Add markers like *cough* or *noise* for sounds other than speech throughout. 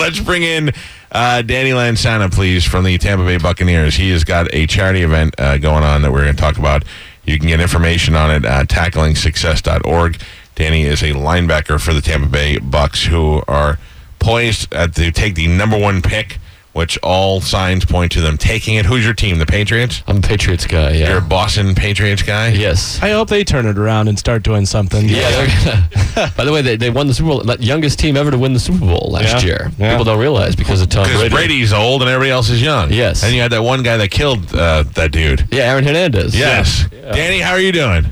Let's bring in uh, Danny Lansana, please, from the Tampa Bay Buccaneers. He has got a charity event uh, going on that we're going to talk about. You can get information on it at tacklingsuccess.org. Danny is a linebacker for the Tampa Bay Bucks, who are poised uh, to take the number one pick, which all signs point to them taking it. Who's your team? The Patriots? I'm a Patriots guy. Yeah. You're a Boston Patriots guy? yes. I hope they turn it around and start doing something. Yeah. they're gonna- by the way, they, they won the Super Bowl. the Youngest team ever to win the Super Bowl last Yeah, year. yeah. People don't realize because of Tom Because Brady. Brady's old and everybody else is young. Yes. And you had that one guy that killed uh, that dude. Yeah, Aaron Hernandez. Yes. Danny, how are you doing?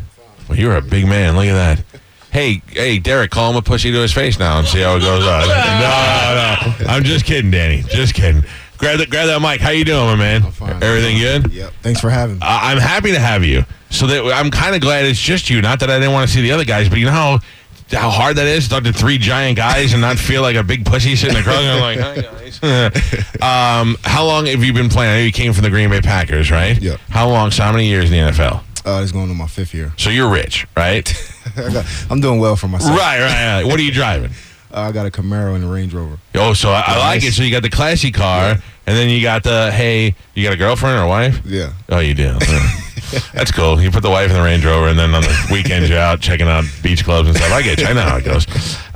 Well, you're a big man. Look at that. Hey, hey, Derek, call him a pussy to his face now and see how it goes on. No, no, no. I'm just kidding, Danny. Just kidding. Grab that, grab that mic. How you doing, my man? fine. Everything good? Yep. Thanks for having me. I- I'm happy to have you. So that I'm kind of glad it's just you. Not that I didn't want to see the other guys, but you know how how hard that is to talk to three giant guys and not feel like a big pussy sitting across. I'm like, hi guys. *laughs* um, how long have you been playing? I know you came from the Green Bay Packers, right? Yeah. How long? So how many years in the NFL? Uh, it's going on my fifth year. So you're rich, *laughs* right? I got- I'm doing well for myself. right, right, right. What are you driving? Uh, I got a Camaro and a Range Rover. Oh, so I, I like Nice. it. So you got the classy car, and then you got the hey, you got a girlfriend or wife? Yeah. Oh, you *laughs* do. Yeah. That's cool. You put the wife in the Range Rover, and then on the weekends you're out checking out beach clubs and stuff. I get you. I know how it goes.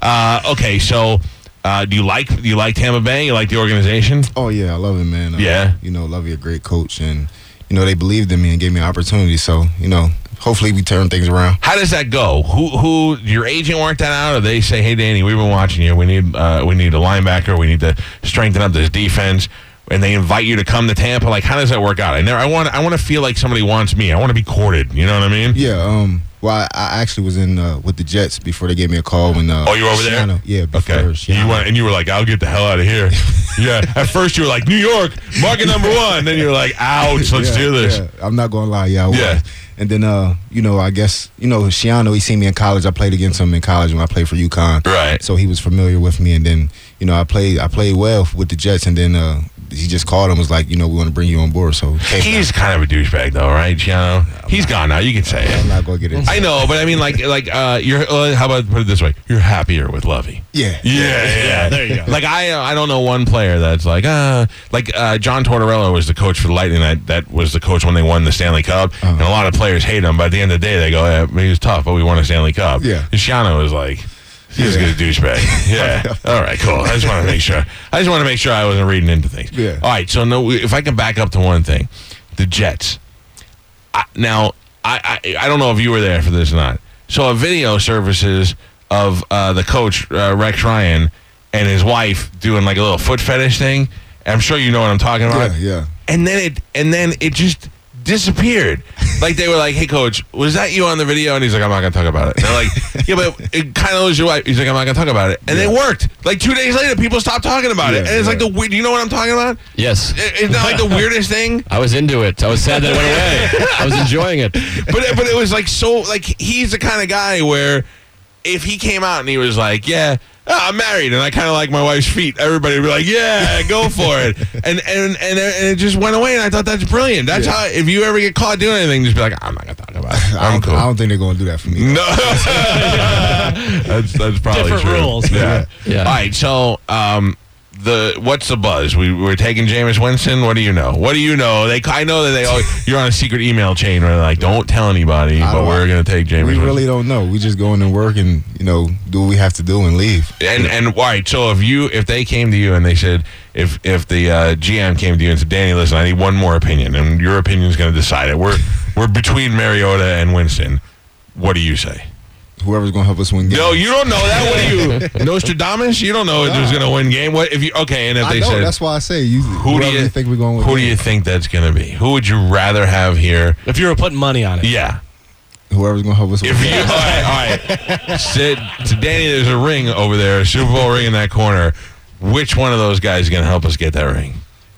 Uh, okay, so uh, do you like do you like Tampa Bay? You like the organization? Oh yeah, I love it, man. Uh, Yeah. You know, love you, a great coach, and you know they believed in me and gave me an opportunity. So you know, hopefully we turn things around. How does that go? Who who your agent worked that out, or they say, "Hey, Danny, we've been watching you. We need uh, we need a linebacker. We need to strengthen up this defense." And they invite you to come to Tampa. Like, how does that work out? I never. I want. I want to feel like somebody wants me. I want to be courted. You know what I mean? Yeah. Um. Well, I, I actually was in uh, with the Jets before they gave me a call when. Uh, Oh, you were over there? Shiano- Yeah. Before Okay. You Shiano. went and you were like, "I'll get the hell out of *laughs* here." yeah. At first, you were like, "New York, market number one." Then you're like, "Ouch, let's Yeah, do this." yeah. I'm not gonna lie, yeah. I was. Yeah. And then uh, you know, I guess you know, Shiano, he seen me in college. I played against him in college when I played for UConn. Right. So he was familiar with me and then, you know, I played I played well with the Jets and then uh he just called and was like, you know, we want to bring you on board. So came He's kind of a douchebag, though, right, Giano? He's gone now. You can say back. I'm it. not gonna get *laughs* it. I know, but I mean, like, like uh, you're. Uh, how about put it this way? You're happier with Lovey. Yeah. Yeah, yeah, there you go. Like I, uh, I don't know one player that's like, uh, like uh, John Tortorella was the coach for the Lightning. That that was the coach when they won the Stanley Cup, Uh-huh. and a lot of players hate him. But at the end of the day, they go, yeah, he was tough, but we won a Stanley Cup. Yeah. and Shiano was like. He was a good *laughs* douchebag. Yeah. All right. Cool. I just want to make sure. I just want to make sure I wasn't reading into things. Yeah. All right. So no, if I can back up to one thing, the Jets. I, now I, I I don't know if you were there for this or not. So a video services of uh, the coach uh, Rex Ryan and his wife doing like a little foot fetish thing. I'm sure you know what I'm talking about. Yeah, yeah. And then it and then it just disappeared. *laughs* Like they were like, "Hey, coach, was that you on the video?" And he's like, "I'm not gonna talk about it." And they're *laughs* like, "Yeah, but it kind of was your wife." He's like, "I'm not gonna talk about it." And it worked. Like two days later, people stopped talking about it. Yeah, And it's like yeah. the weird. You know what I'm talking about? Yes. It- It's not like *laughs* the weirdest thing. I was into it. I was sad that it went away. I was enjoying it. but but it was like so like he's the kind of guy where if he came out and he was like, yeah. ah, I'm married, and I kind of like my wife's feet. Everybody would be like, "Yeah, go for *laughs* it," and and and, and it just went away. And I thought that's brilliant. That's how if you ever get caught doing anything, just be like, "I'm not gonna talk about it. I I'm don't, cool." I don't think they're gonna do that for no, me. *laughs* that's that's probably Different true. rules. Yeah. Yeah. All right. So, um, the what's the buzz? We we're taking Jameis Winston. What do you know? What do you know? They I know that they all, you're on a secret email chain where they're like, don't tell anybody, I but don't- we're gonna take Jameis. We Winston. really don't know. We just go in and work and, you know, do what we have to do and leave. And and all right, so if you if they came to you and they said if if the uh, GM came to you and said, Danny, listen, I need one more opinion, and your opinion's going to decide it. We're we're between Mariota and Winston. What do you say? Whoever's gonna help us win games. No, you don't know that. What *laughs* do you, Nostradamus? You don't know if who's going to win game. What if you? Okay, and if I they know, said, that's why I say you who do whoever you, think we're going with Who do you think that's going to be? Who would you rather have *laughs* here? If you were putting money on it. Yeah. whoever's gonna help us win If you, *laughs* all right, all right. Sid, to Danny, there's a ring over there, a Super Bowl ring in that corner. Which one of those guys is going to help us get that ring?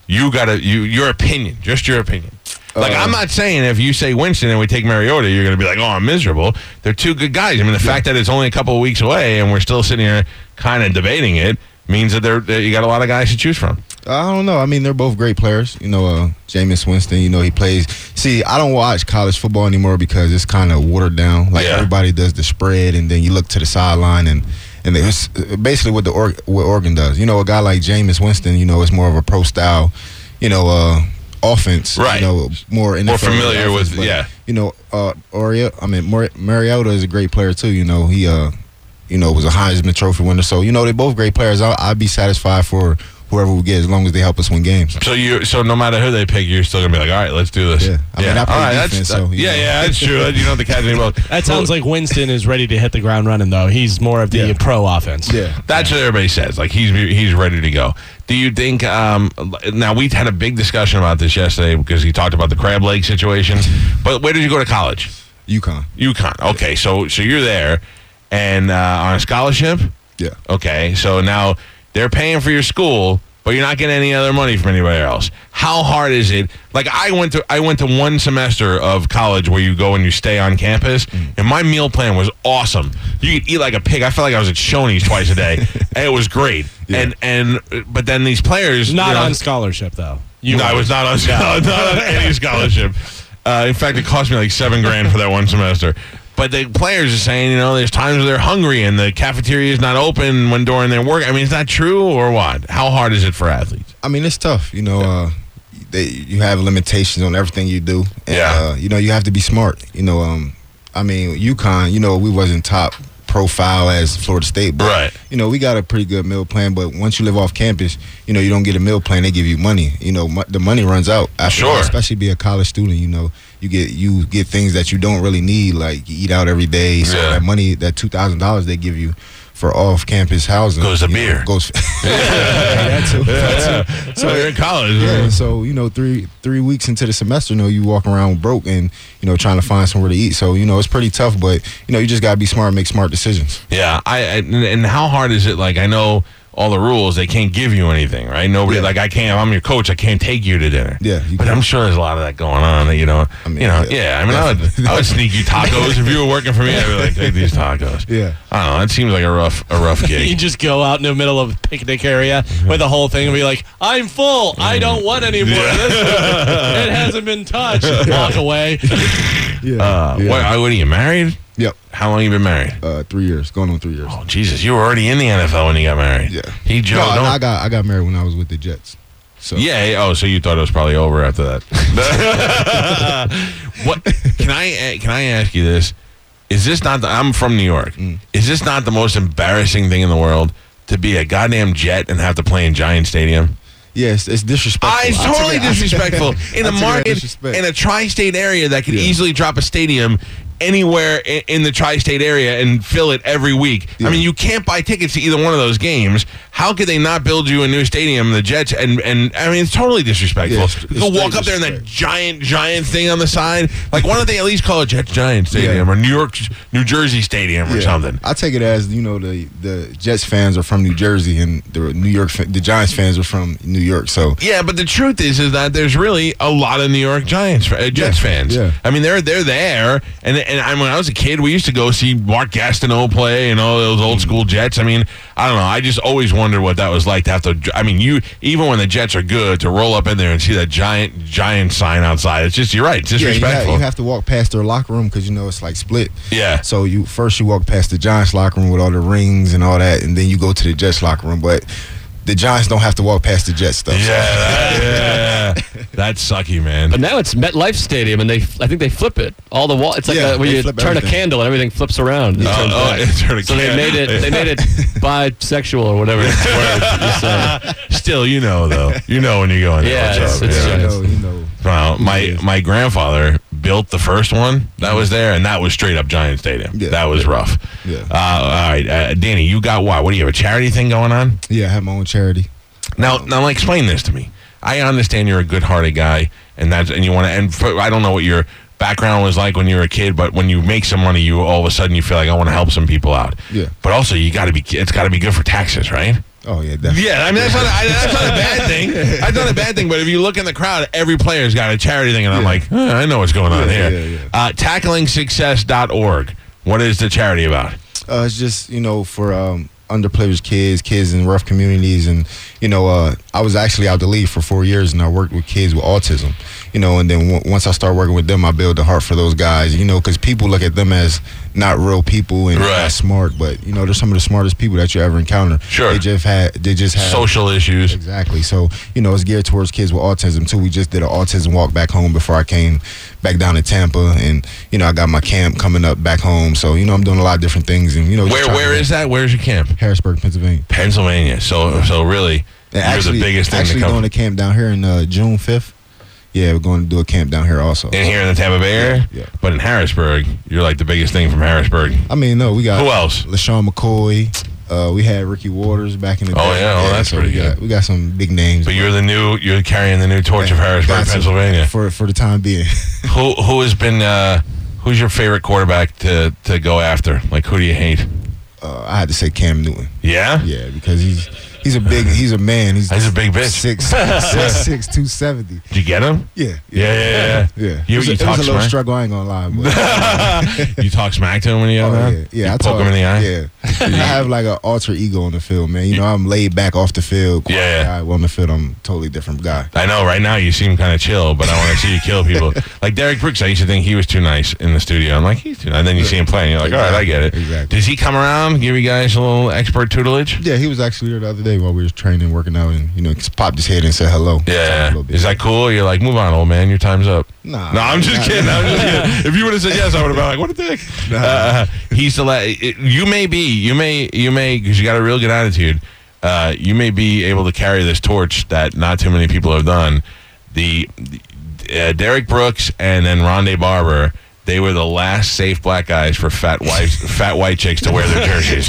You got to you your opinion, just your opinion. Like I'm Uh, not saying if you say Winston and we take Mariota, you're going to be like, oh, I'm miserable. They're two good guys. I mean, the fact that it's only a couple of weeks away and we're still sitting here kind of debating it means that there that you got a lot of guys to choose from. I don't know. I mean, they're both great players. You know, uh, Jameis Winston. You know, he plays. See, I don't watch college football anymore because it's kind of watered down. Like Yeah. everybody does the spread, and then you look to the sideline, and and they- it's uh, basically what the or- what Oregon does. You know, a guy like Jameis Winston. You know, it's more of a pro style. You know, uh, offense. Right. You know, more NFL More familiar with- but, yeah. You know, uh, Oreo. I mean, Mar- Mariota is a great player too. You know, he uh, you know, was a Heisman Trophy winner. So you know, they're both great players. I, I'd be satisfied for whoever we get as long as they help us win games. So you so no matter who they pick, you're still going to be like, all right, let's do this. Yeah. I mean, I play all right, that's defense, so, you yeah, know. yeah, that's true. You don't have to catch any balls. That sounds like Winston is ready to hit the ground running, though. He's more of the Yeah. pro offense. That's what everybody says. Like he's he's ready to go. Do you think? Um, now we had a big discussion about this yesterday because he talked about the crab leg situation. But where did you go to college? *laughs* UConn. UConn. Okay, so so you're there, and uh, on a scholarship. Yeah. Okay, so now they're paying for your school, but you're not getting any other money from anywhere else. How hard is it? Like I went to I went to one semester of college where you go and you stay on campus, and my meal plan was awesome. You could eat like a pig. I felt like I was at Shoney's twice a day. and it was great. And and but then these players Not they're on scholarship, though. no, I was not on, not on any scholarship. Uh, in fact, it cost me like seven grand for that one semester. But the players are saying, you know, there's times where they're hungry and the cafeteria is not open when during their work. I mean, is that true or what? How hard is it for athletes? I mean, it's tough. You know, uh, they, you have limitations on everything you do. And, Yeah. Uh, you know, you have to be smart. You know, um, I mean, UConn. You know, we wasn't top profile as Florida State, but Right. you know, we got a pretty good meal plan. But once you live off campus, you know, you don't get a meal plan. They give you money. You know, mo- the money runs out. after a while, Sure. especially be a college student. You know, you get you get things that you don't really need, like you eat out every day. So Yeah. that money, that two thousand dollars they give you for off-campus housing, Goes to you know, beer. *laughs* goes. *laughs* That too. So you're in college. Yeah, and so you know, three three weeks into the semester, you know, you walk around broke and you know trying to find somewhere to eat. So you know, it's pretty tough, but you know, you just gotta be smart, and make smart decisions. Yeah, I, I and- and how hard is it? Like I know all the rules; they can't give you anything, right? Nobody Yeah. like I can't. I'm your coach; I can't take you to dinner. Yeah, you but can't. I'm sure there's a lot of that going on. That you know, I mean, you know, yeah. yeah. I mean, I would, I would sneak you tacos if you were working for me. I'd be like, take these tacos. Yeah. I don't know. That seems like a rough, a *laughs* rough You gig. just go out in the middle of a picnic area with a whole thing and be like, I'm full. I don't want any more. of This it hasn't been touched. Walk away. Yeah. *laughs* Uh, what, are- what are you married? Yep. How long you been married? Uh, three years, going on three years. Oh Jesus, you were already in the NFL when you got married. Yeah. He Joe. no, no, don't, I got I got married when I was with the Jets. So Yeah. Oh, so you thought it was probably over after that. what can I eh, can I ask you this? Is this not? The, I'm from New York. Is this not the most embarrassing thing in the world to be a goddamn Jet and have to play in Giant Stadium? yeah, it's, it's disrespectful. I, it's I took totally it- *laughs* I- disrespectful I in a took it as market disrespect. in a tri-state area that could Yeah. easily drop a stadium anywhere in, in the tri-state area and fill it every week. I Yeah. mean, you can't buy tickets to either one of those games. How could they not build you a new stadium, the Jets? And and I mean, it's totally disrespectful. Yeah, it's- you go it's walk up there in that giant giant thing on the side. Like, why don't they at least call it Jets Giant Stadium Yeah. or New York New Jersey Stadium or Yeah. something? I take it as you know the the Jets fans are from New Jersey and the New York fa- the Giants fans are from New York. So Yeah, but the truth is, is that there's really a lot of New York Giants, uh, Jets fans. yeah. I mean, they're they're there, and and I, when I was a kid, we used to go see Mark Gastineau play and all those Mm. old school Jets. I mean, I don't know. I just always wondered what that was like to have to. I mean, you even when the Jets are good, to roll up in there and see that giant giant sign outside. It's just you're right. It's Yeah, you have, disrespectful. you have to walk past their locker room because you know it's like split. Yeah. So you first you walk past the Giants locker room with all the rings and all that, and then you go to the Jets locker room. But the Giants don't have to walk past the Jets stuff. *laughs* yeah, that, yeah, that's sucky, man. But now it's MetLife Stadium, and they I think they flip it all the wall. It's like Yeah, a, when they you flip turn everything. a candle and everything flips around. and Oh, turns oh, back. it turned a so they can- *laughs* made it. They made it bisexual or whatever. It's word you say. *laughs* Still, you know though, you know when you go in there. Yeah, what's it's- up, it's So, yeah. you know, you know. Wow, my my grandfather built the first one that was there, and that was straight up Giant Stadium. Yeah. that was rough. Yeah. Uh, all right, uh, Danny, you got what? What do you have a charity thing going on? Yeah, I have my own charity. Now, Um, now, like, explain this to me. I understand you're a good-hearted guy, and that's and you want to. And for, I don't know what your background was like when you were a kid, but when you make some money, you all of a sudden you feel like I want to help some people out. Yeah. But also, you got to be. It's got to be good for taxes, right? Oh yeah, definitely. Yeah, I mean that's not, I, that's not a *laughs* bad thing. That's not a bad thing. But if you look in the crowd, every player's got a charity thing, and I'm like, "Huh, I know what's going on Yeah, here. yeah, yeah. Uh, TacklingSuccess.org. What is the charity about? Uh, it's just you know for um, underprivileged kids, kids in rough communities, and you know uh, I was actually out the league for four years, and I worked with kids with autism. You know, and then w- once I start working with them, I build the heart for those guys. You know, because people look at them as not real people and Right. not smart, but you know they're some of the smartest people that you ever encounter. Sure. they just had they just had Social issues. Exactly. So you know, it's geared towards kids with autism too. We just did an autism walk back home before I came back down to Tampa, and you know, I got my camp coming up back home. So you know, I'm doing a lot of different things, and you know, just Where trying where to- is that? Where's your camp? Harrisburg, Pennsylvania? Pennsylvania. So so really, And you're the biggest thing actually to come doing a camp down here in uh, June 5th. Yeah, we're going to do a camp down here also. in here in the Tampa Bay area. Yeah, yeah. But in Harrisburg, you're like the biggest thing from Harrisburg. I mean, no, we got Who else? LaShawn McCoy. Uh, we had Ricky Waters back in the day. Oh, yeah, well, that's so pretty we Got, good. we got some big names. But you're the new. You're carrying the new torch of Harrisburg, Got some- Pennsylvania. for for the time being. *laughs* Who who has been? Uh, who's your favorite quarterback to to go after? Like who do you hate? uh, I had to say Cam Newton. Yeah. Yeah, because he's he's a big he's a man. He's, He's a big bitch. *laughs* Six six six two seventy. Did you get him? Yeah, Yeah, yeah, yeah. *laughs* You, yeah. it was, a- you it was talk a little smack. struggle. I ain't gonna lie. *laughs* But, you talk smack to him when you Oh, have yeah, him? yeah. You I poke talk, him in the eye. *laughs* Yeah, I have like an alter ego on the field, man. You know, I'm laid back off the field. quiet Yeah, yeah. guy. Well, on the field, I'm a totally different guy. I know. Right now, you seem kind of chill, but I want to see you kill *laughs* people. like Derek Brooks, I used to think he was too nice in the studio. I'm like, he's too nice. And then you see him playing, you're like, all right, I get it. Exactly. Does he come around, give you guys a little expert tutelage? Yeah, he was actually there the other day while we were training, working out, and you know, just popped his head and said hello. Talked a Yeah. little bit. Is that cool? You're like, move on, old man. Your time's up. Nah. No, I'm just Nah. kidding. I'm just *laughs* kidding. If you would have said yes, I would have been like, what a dick. Uh, he's the la- it- You may be. You may. You may. Because you got a real good attitude. Uh, you may be able to carry this torch that not too many people have done. The uh, Derek Brooks and then Rondé Barber. They were the last safe black guys for fat white fat white chicks to wear *laughs* their jerseys.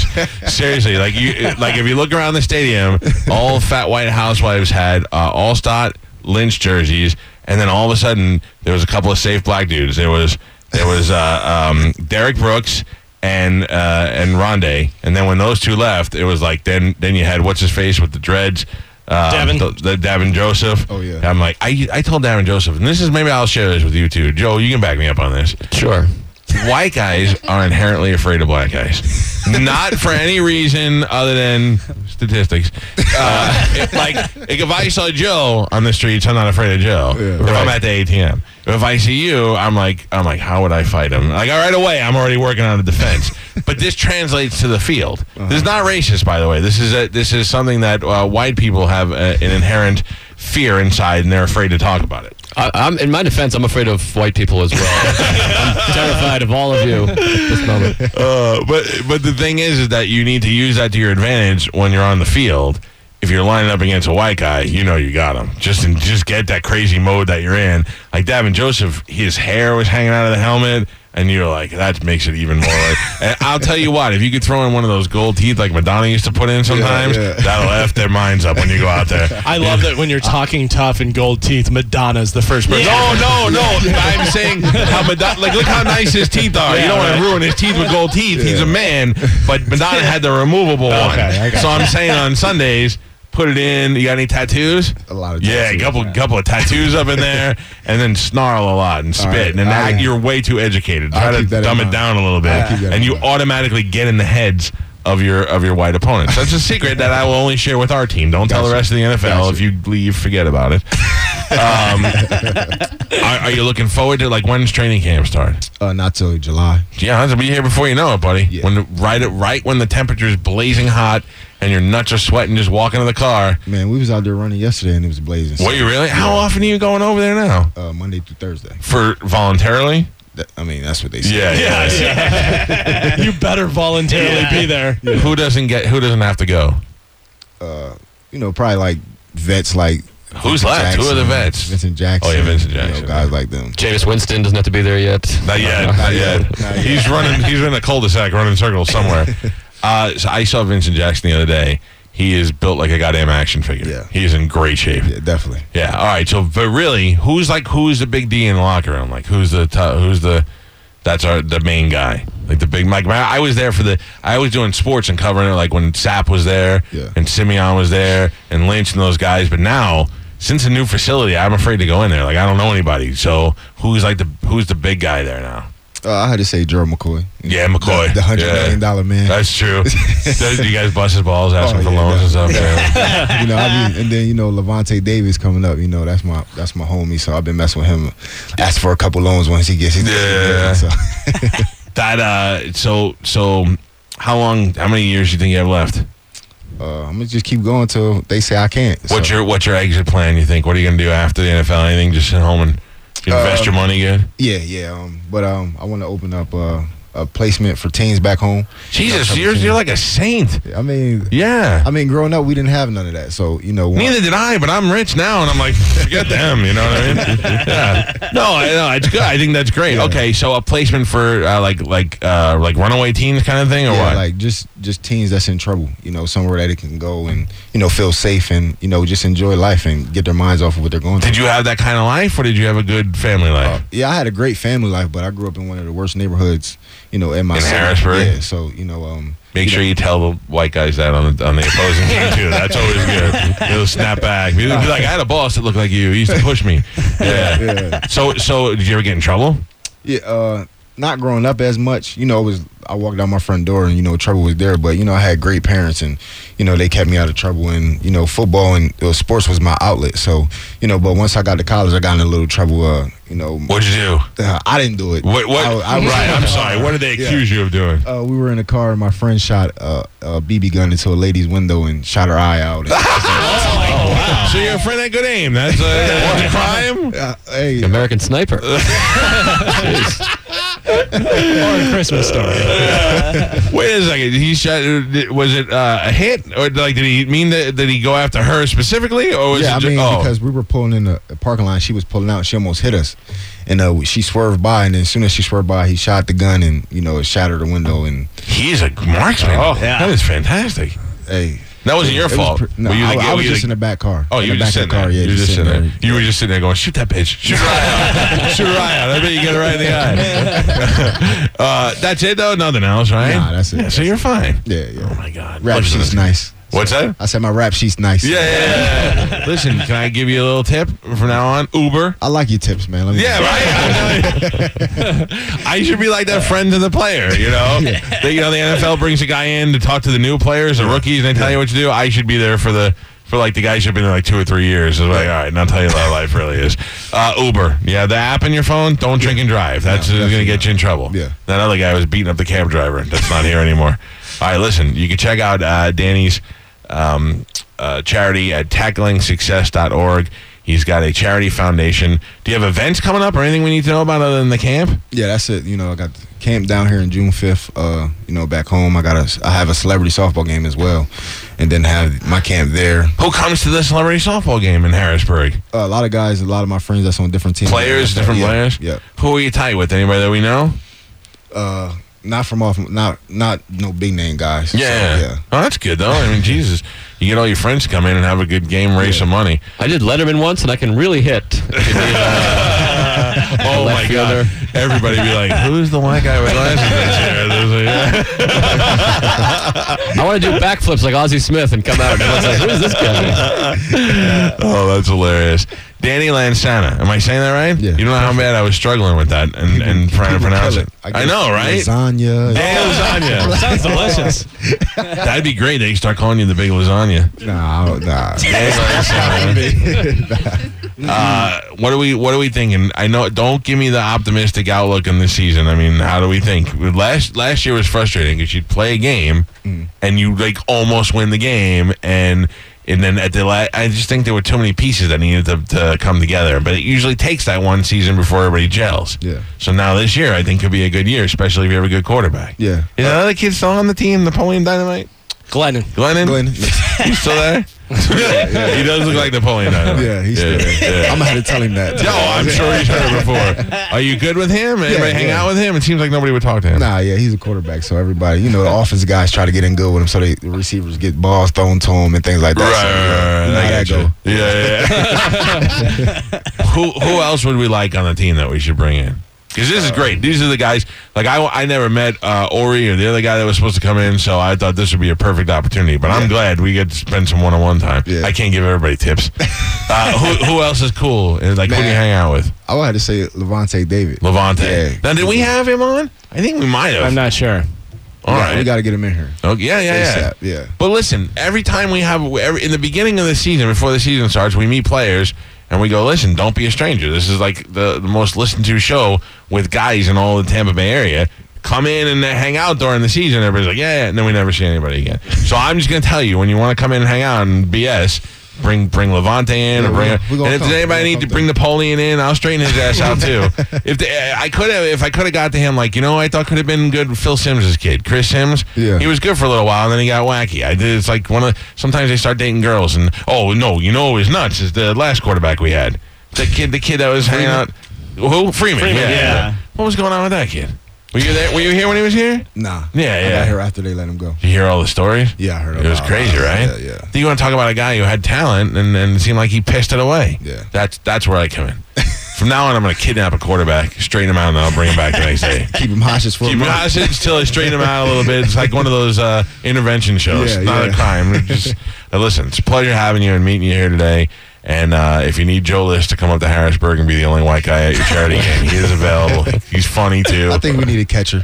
Seriously, like you, like if you look around the stadium, all fat white housewives had uh, Allstott Lynch jerseys, and then all of a sudden there was a couple of safe black dudes. There was there was uh, um, Derek Brooks and uh, and Rondé, and then when those two left, it was like then then you had what's his face with the dreads. Um, Davin. the, the Davin Joseph. Oh, yeah. I'm like I I told Davin Joseph, and this is maybe I'll share this with you too, Joe. You can back me up on this Sure. white guys are inherently afraid of black guys. Not for any reason other than statistics. Uh, if, like, if I saw Joe on the streets, I'm not afraid of Joe. Yeah. if I'm at the ATM, if I see you, I'm like, I'm like, how would I fight him? Like, all right, away, I'm already working on a defense. but this translates to the field. This is not racist, by the way. This is a, this is something that uh, white people have uh an inherent fear inside, and they're afraid to talk about it. I, I'm in my defense. I'm afraid of white people as well. I'm terrified of all of you at this moment. Uh, but but the thing is, is that you need to use that to your advantage when you're on the field. If you're lining up against a white guy, you know you got him. Just and just get that crazy mode that you're in. Like Davin Joseph, his hair was hanging out of the helmet, and you're like, that makes it even more. Like, *laughs* and I'll tell you what, if you could throw in one of those gold teeth like Madonna used to put in sometimes, yeah. that'll f their minds up when you go out *laughs* there. I love that when you're talking tough and gold teeth, Madonna's the first person. No, no, no. I'm saying how Madonna, like, look how nice his teeth are. you don't want to ruin his teeth with gold teeth. He's a man, but Madonna had the removable one. I so I'm saying on Sundays, put it in. You got any tattoos? A lot of Yeah, a tattoos, couple, couple of tattoos up in there, and then snarl a lot and spit. right, and then I- act- you're way too educated. Try to keep that in dumb it mind. down a little bit, I'll keep that and in you mind. automatically get in the heads. Of your of your white opponents. That's a secret that I will only share with our team. Don't tell the rest Gotcha. of the NFL. Gotcha. If you leave, forget about *laughs* it. Um, Are, are you looking forward to like when's training camp start? Uh, not till July. Yeah, I'll be here before you know it, buddy. Yeah. When the, right at right when the temperature is blazing hot and your nuts are sweating, just walking to the car. Man, we was out there running yesterday and it was blazing. What you really? How often are you going over there now? Uh, Monday through Thursday. For voluntarily? That- I mean, that's what they say. yeah. "Oh, you better voluntarily be there. Who doesn't get? Who doesn't have to go? you know, probably like vets like Who's left? Who are the vets? Vincent Jackson. Oh, yeah, Vincent you know, Jackson. guys like them. Jameis Winston doesn't have to be there yet. Not yet. Not, yet. yet. Not yet. He's running. He's in a cul-de-sac, running circles *laughs* somewhere. uh, so I saw Vincent Jackson the other day. He is built like a goddamn action figure. Yeah. He's in great shape. Yeah, definitely. Yeah. All right. So, but really, who's like who's the big D in the locker room? Like, who's the top, who's the That's our the main guy, like the big Mike. I was there for the. I was doing sports and covering it, like when Sapp was there, Yeah. and Simeon was there, and Lynch and those guys. But now, since a new facility, I'm afraid to go in there. Like I don't know anybody. So who's like the who's the big guy there now? Uh, I had to say Gerald McCoy. Yeah, McCoy. The, the hundred Yeah. million dollar man. That's true. Does- you guys bust his balls, ask Oh, him for yeah, loans no. and stuff. *laughs* Yeah. *laughs* you know, I be, and then you know Levante Davis coming up. You know, that's my that's my homie. So I've been messing with him. Asked for a couple loans once he gets his. Yeah. *laughs* So, that uh, so so, how long? How many years do you think you have left? uh, I'm gonna just keep going till they say I can't. So, What's your what's your exit plan? You think? What are you gonna do after the NFL? Anything? Just sit home and invest Um, your money good? Yeah, yeah. Um, but um, I want to open up uh, a placement for teens back home. Jesus, couple you're things. you're like a saint. I mean, Yeah. I mean, growing up we didn't have none of that. So you know, Neither did I, but I'm rich now, and I'm like, forget them. You know what I *laughs* mean? Yeah. No, I know it's good. I think that's great. Yeah. Okay, so a placement for uh, like like uh, like runaway teens kind of thing, or yeah, what? like just just teens that's in trouble. You know, somewhere that they can go and you know feel safe and you know just enjoy life and get their minds off of what they're going through. did you have that kind of life, or did you have a good family life? Yeah, I had a great family life, but I grew up in one of the worst neighborhoods, you know, in my In city. Harrisburg? Yeah, so you know, um, Make sure you tell the white guys that on the, on the opposing team too. That's always good. They'll snap back. They'll be like, I had a boss that looked like you. He used to push me. Yeah. *laughs* yeah, So so did you ever get in trouble? yeah, uh, not growing up as much. You know, it was I walked out my front door and you know trouble was there, but you know I had great parents and you know they kept me out of trouble and you know football and uh, sports was my outlet. So you know, but once I got to college, I got in a little trouble. Uh, you know, What'd you do? uh, I didn't do it. What what? I- I was- right. *laughs* I'm sorry. What did they Yeah. accuse you of doing? Uh, we were in a car and my friend shot uh, a BB gun into a lady's window and shot her eye out. And- Oh, *laughs* So your friend had good aim. That's a, that's a crime. Uh, hey, American Sniper. Or a Christmas story. Wait a second. He shot. Was it uh, a hit, or like did he mean that? Did he go after her specifically, or was yeah, it I just? mean, oh. because we were pulling in the parking lot, she was pulling out. She almost hit us, and uh, she swerved by. And then as soon as she swerved by, he shot the gun, and you know, it shattered the window. And he's a marksman. Oh, yeah. that is fantastic. hey, That wasn't your it was fault. pre- no, Were you I, the- I were was you the- just in the back car. Oh, in you the were back just sitting of the car. there. Yeah, you were just sitting there. You were just sitting there going, shoot that bitch. Shoot her eye out. *laughs* Shoot her eye out. I bet you get her right in *laughs* the eye. uh, that's it, though? Nothing else, right? Nah, that's it. Yeah, so you're fine. Yeah, Oh, yeah. my God. Rap Listen, sheet's nice. What's that? I said my rap sheet's nice. Yeah, yeah, yeah. Listen, can I give you a little tip from now on? *laughs* Uber. I like your tips, man. Let me Yeah, right. I should be like that friend to the player. You *laughs* know, they, you know the NFL brings a guy in to talk to the new players, the rookies, and they tell you what to do. I should be there for the for like the guys who've been there like two or three years. It's like, all right, now tell you how life really is. Uh, Uber, yeah, the app in your phone. Don't drink and drive. That's No, going to definitely get you in trouble. Yeah. that other guy was beating up the cab driver. That's not here anymore. All right, listen, you can check out uh, Danny's um, uh, charity at tacklingsuccess.org. He's got a charity foundation. Do you have events coming up or anything we need to know about other than the camp? Yeah, that's it. You know, I got the camp down here in June fifth. Uh, you know, back home, I got a, I have a celebrity softball game as well, and then have my camp there. Who comes to the celebrity softball game in Harrisburg? Uh, a lot of guys, a lot of my friends that's on different teams. Players, different Yeah, players. Yeah. Who are you tight with? Anybody that we know? Uh, not from off, not not no big name guys. So, yeah. Oh, that's good though. *laughs* I mean, Jesus, you get all your friends to come in and have a good game, raise some *laughs* money. I did Letterman once, and I can really hit. Oh my Left God! fielder. Everybody be like, "Who's the white guy with glasses?" *laughs* this year? I want to do backflips like Ozzie Smith and come out. And everyone's like, Who's this guy? Oh, that's hilarious. Danny Lansana. Am I saying that right? Yeah. You know how bad I was struggling with that and, and trying to People pronounce kill it. I, know, right? Lasagna. Danny Lasagna. *laughs* Sounds delicious. That'd be great. They could start calling you the big lasagna. Nah, I don't- nah. Danny Lansana. uh, what are we what are we thinking? I know don't give me the optimistic outlook in this season. I mean, how do we think? Last last year was frustrating because you'd play a game Mm. and you like almost win the game and and then at the la- I just think there were too many pieces that needed to, to come together. But it usually takes that one season before everybody gels. Yeah. So now this year I think could be a good year, especially if you have a good quarterback. Yeah. Is that other kid still on the team, Napoleon Dynamite? Glennon. Glennon? Glenn. He's still there? he does look like Napoleon Dynamite. Yeah, he's still there. *laughs* Yeah. I'm gonna have to tell him that. No, I'm sure he's heard it *laughs* before. Are you good with him? Anybody hang yeah. out with him? It seems like nobody would talk to him. Nah, yeah, he's a quarterback, so everybody, you know, the offense guys try to get in good with him, so they, the receivers get balls thrown to him and things like Right, that. so, yeah, you know right, right, right. how I get that you. go. *laughs* Yeah, yeah, yeah. who who else would we like on the team that we should bring in? Because Uh, this is great. These are the guys. Like I, I never met uh, Ori or the other guy that was supposed to come in, so I thought this would be a perfect opportunity. But I'm glad we get to spend some one-on-one time. Yeah. I can't give everybody *laughs* tips. uh, who, who else is cool? And, Like who do you Man. hang out with? I would have to say Levante David. Levante. Yeah. Now, did we have him on? I think we might have. I'm not sure. All Yeah, right. we got to get him in here. Oh yeah, yeah, yeah. ASAP, yeah. But listen, every time we have every, in the beginning of the season, before the season starts, we meet players and we go, "Listen, don't be a stranger. This is like the, the most listened to show with guys in all the Tampa Bay area. Come in and hang out during the season." Everybody's like, "Yeah,", yeah," and then we never see anybody again. So I'm just gonna tell you, when you want to come in and hang out and BS. Bring bring Levante in, Yeah, or bring, we're- we're gonna and if come. there's We're anybody gonna need to come bring Napoleon in, I'll straighten his ass out too. If they, I could have, if I could have got to him, like you know, I thought could have been good. Phil Sims's kid, Chris Sims. Yeah. he was good for a little while, and then he got wacky. I did. It's like one of sometimes they start dating girls, and oh no, you know, it was nuts. Is the last quarterback we had the kid, the kid that was hanging out, who Freeman? Freeman, yeah. What was going on with that kid? Were you there? Were you here when he was here? Nah. Yeah, I yeah. got here after they let him go. Did you hear all the stories? Yeah, I heard It was about- crazy, right? Yeah, yeah. You want to talk about a guy who had talent and, and it seemed like he pissed it away. Yeah. That's that's where I come in. From now on, I'm going to kidnap a quarterback, straighten him out, and then I'll bring him back the next day. *laughs* Keep him hostage for a Keep him month. hostage till I straighten him out a little bit. It's like one of those uh, intervention shows. Yeah, Not a yeah. crime. We're Just uh, listen. It's a pleasure having you and meeting you here today. And uh, if you need Joe List to come up to Harrisburg and be the only white guy at your charity game, he is available. He's funny too. I think we need a catcher.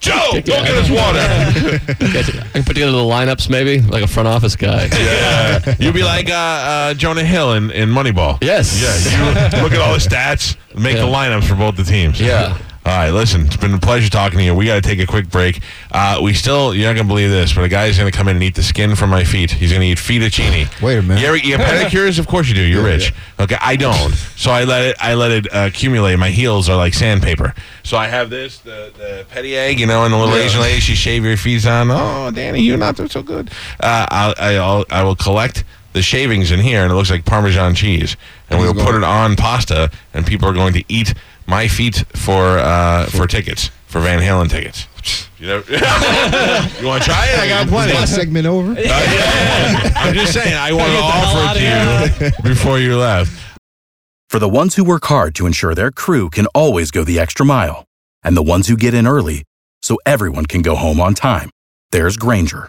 Joe, go get us water. I can put together the lineups, maybe like a front office guy. *laughs* Yeah. You'd be like uh, uh, Jonah Hill in, in Moneyball. Yes. Yeah. You look at all the stats, make the Yeah. lineups for both the teams. Yeah. All right, listen, it's been a pleasure talking to you. We got to take a quick break. Uh, we still, you're not going to believe this, but a guy's going to come in and eat the skin from my feet. He's going to eat fettuccine. Wait a minute. You, ever, *laughs* you have pedicures? Of course you do. You're Yeah, rich. Okay, I don't. So I let it, I let it uh, accumulate. My heels are like sandpaper. So I have this, the, the petty egg, you know, and the little Asian lady, she shave your feet on. Oh, Danny, you're not doing so good. Uh, I'll, I'll, I will collect the shavings in here, and it looks like Parmesan cheese. And we'll Who's put going- it on pasta, and people are going to eat my feet for uh, for tickets, for Van Halen tickets. *laughs* You, know, *laughs* you want to try it? I got plenty. Is my segment over? *laughs* I'm just *laughs* saying, I wanted to Get the hell offer it to you before you left. For the ones who work hard to ensure their crew can always go the extra mile, and the ones who get in early so everyone can go home on time, there's Granger,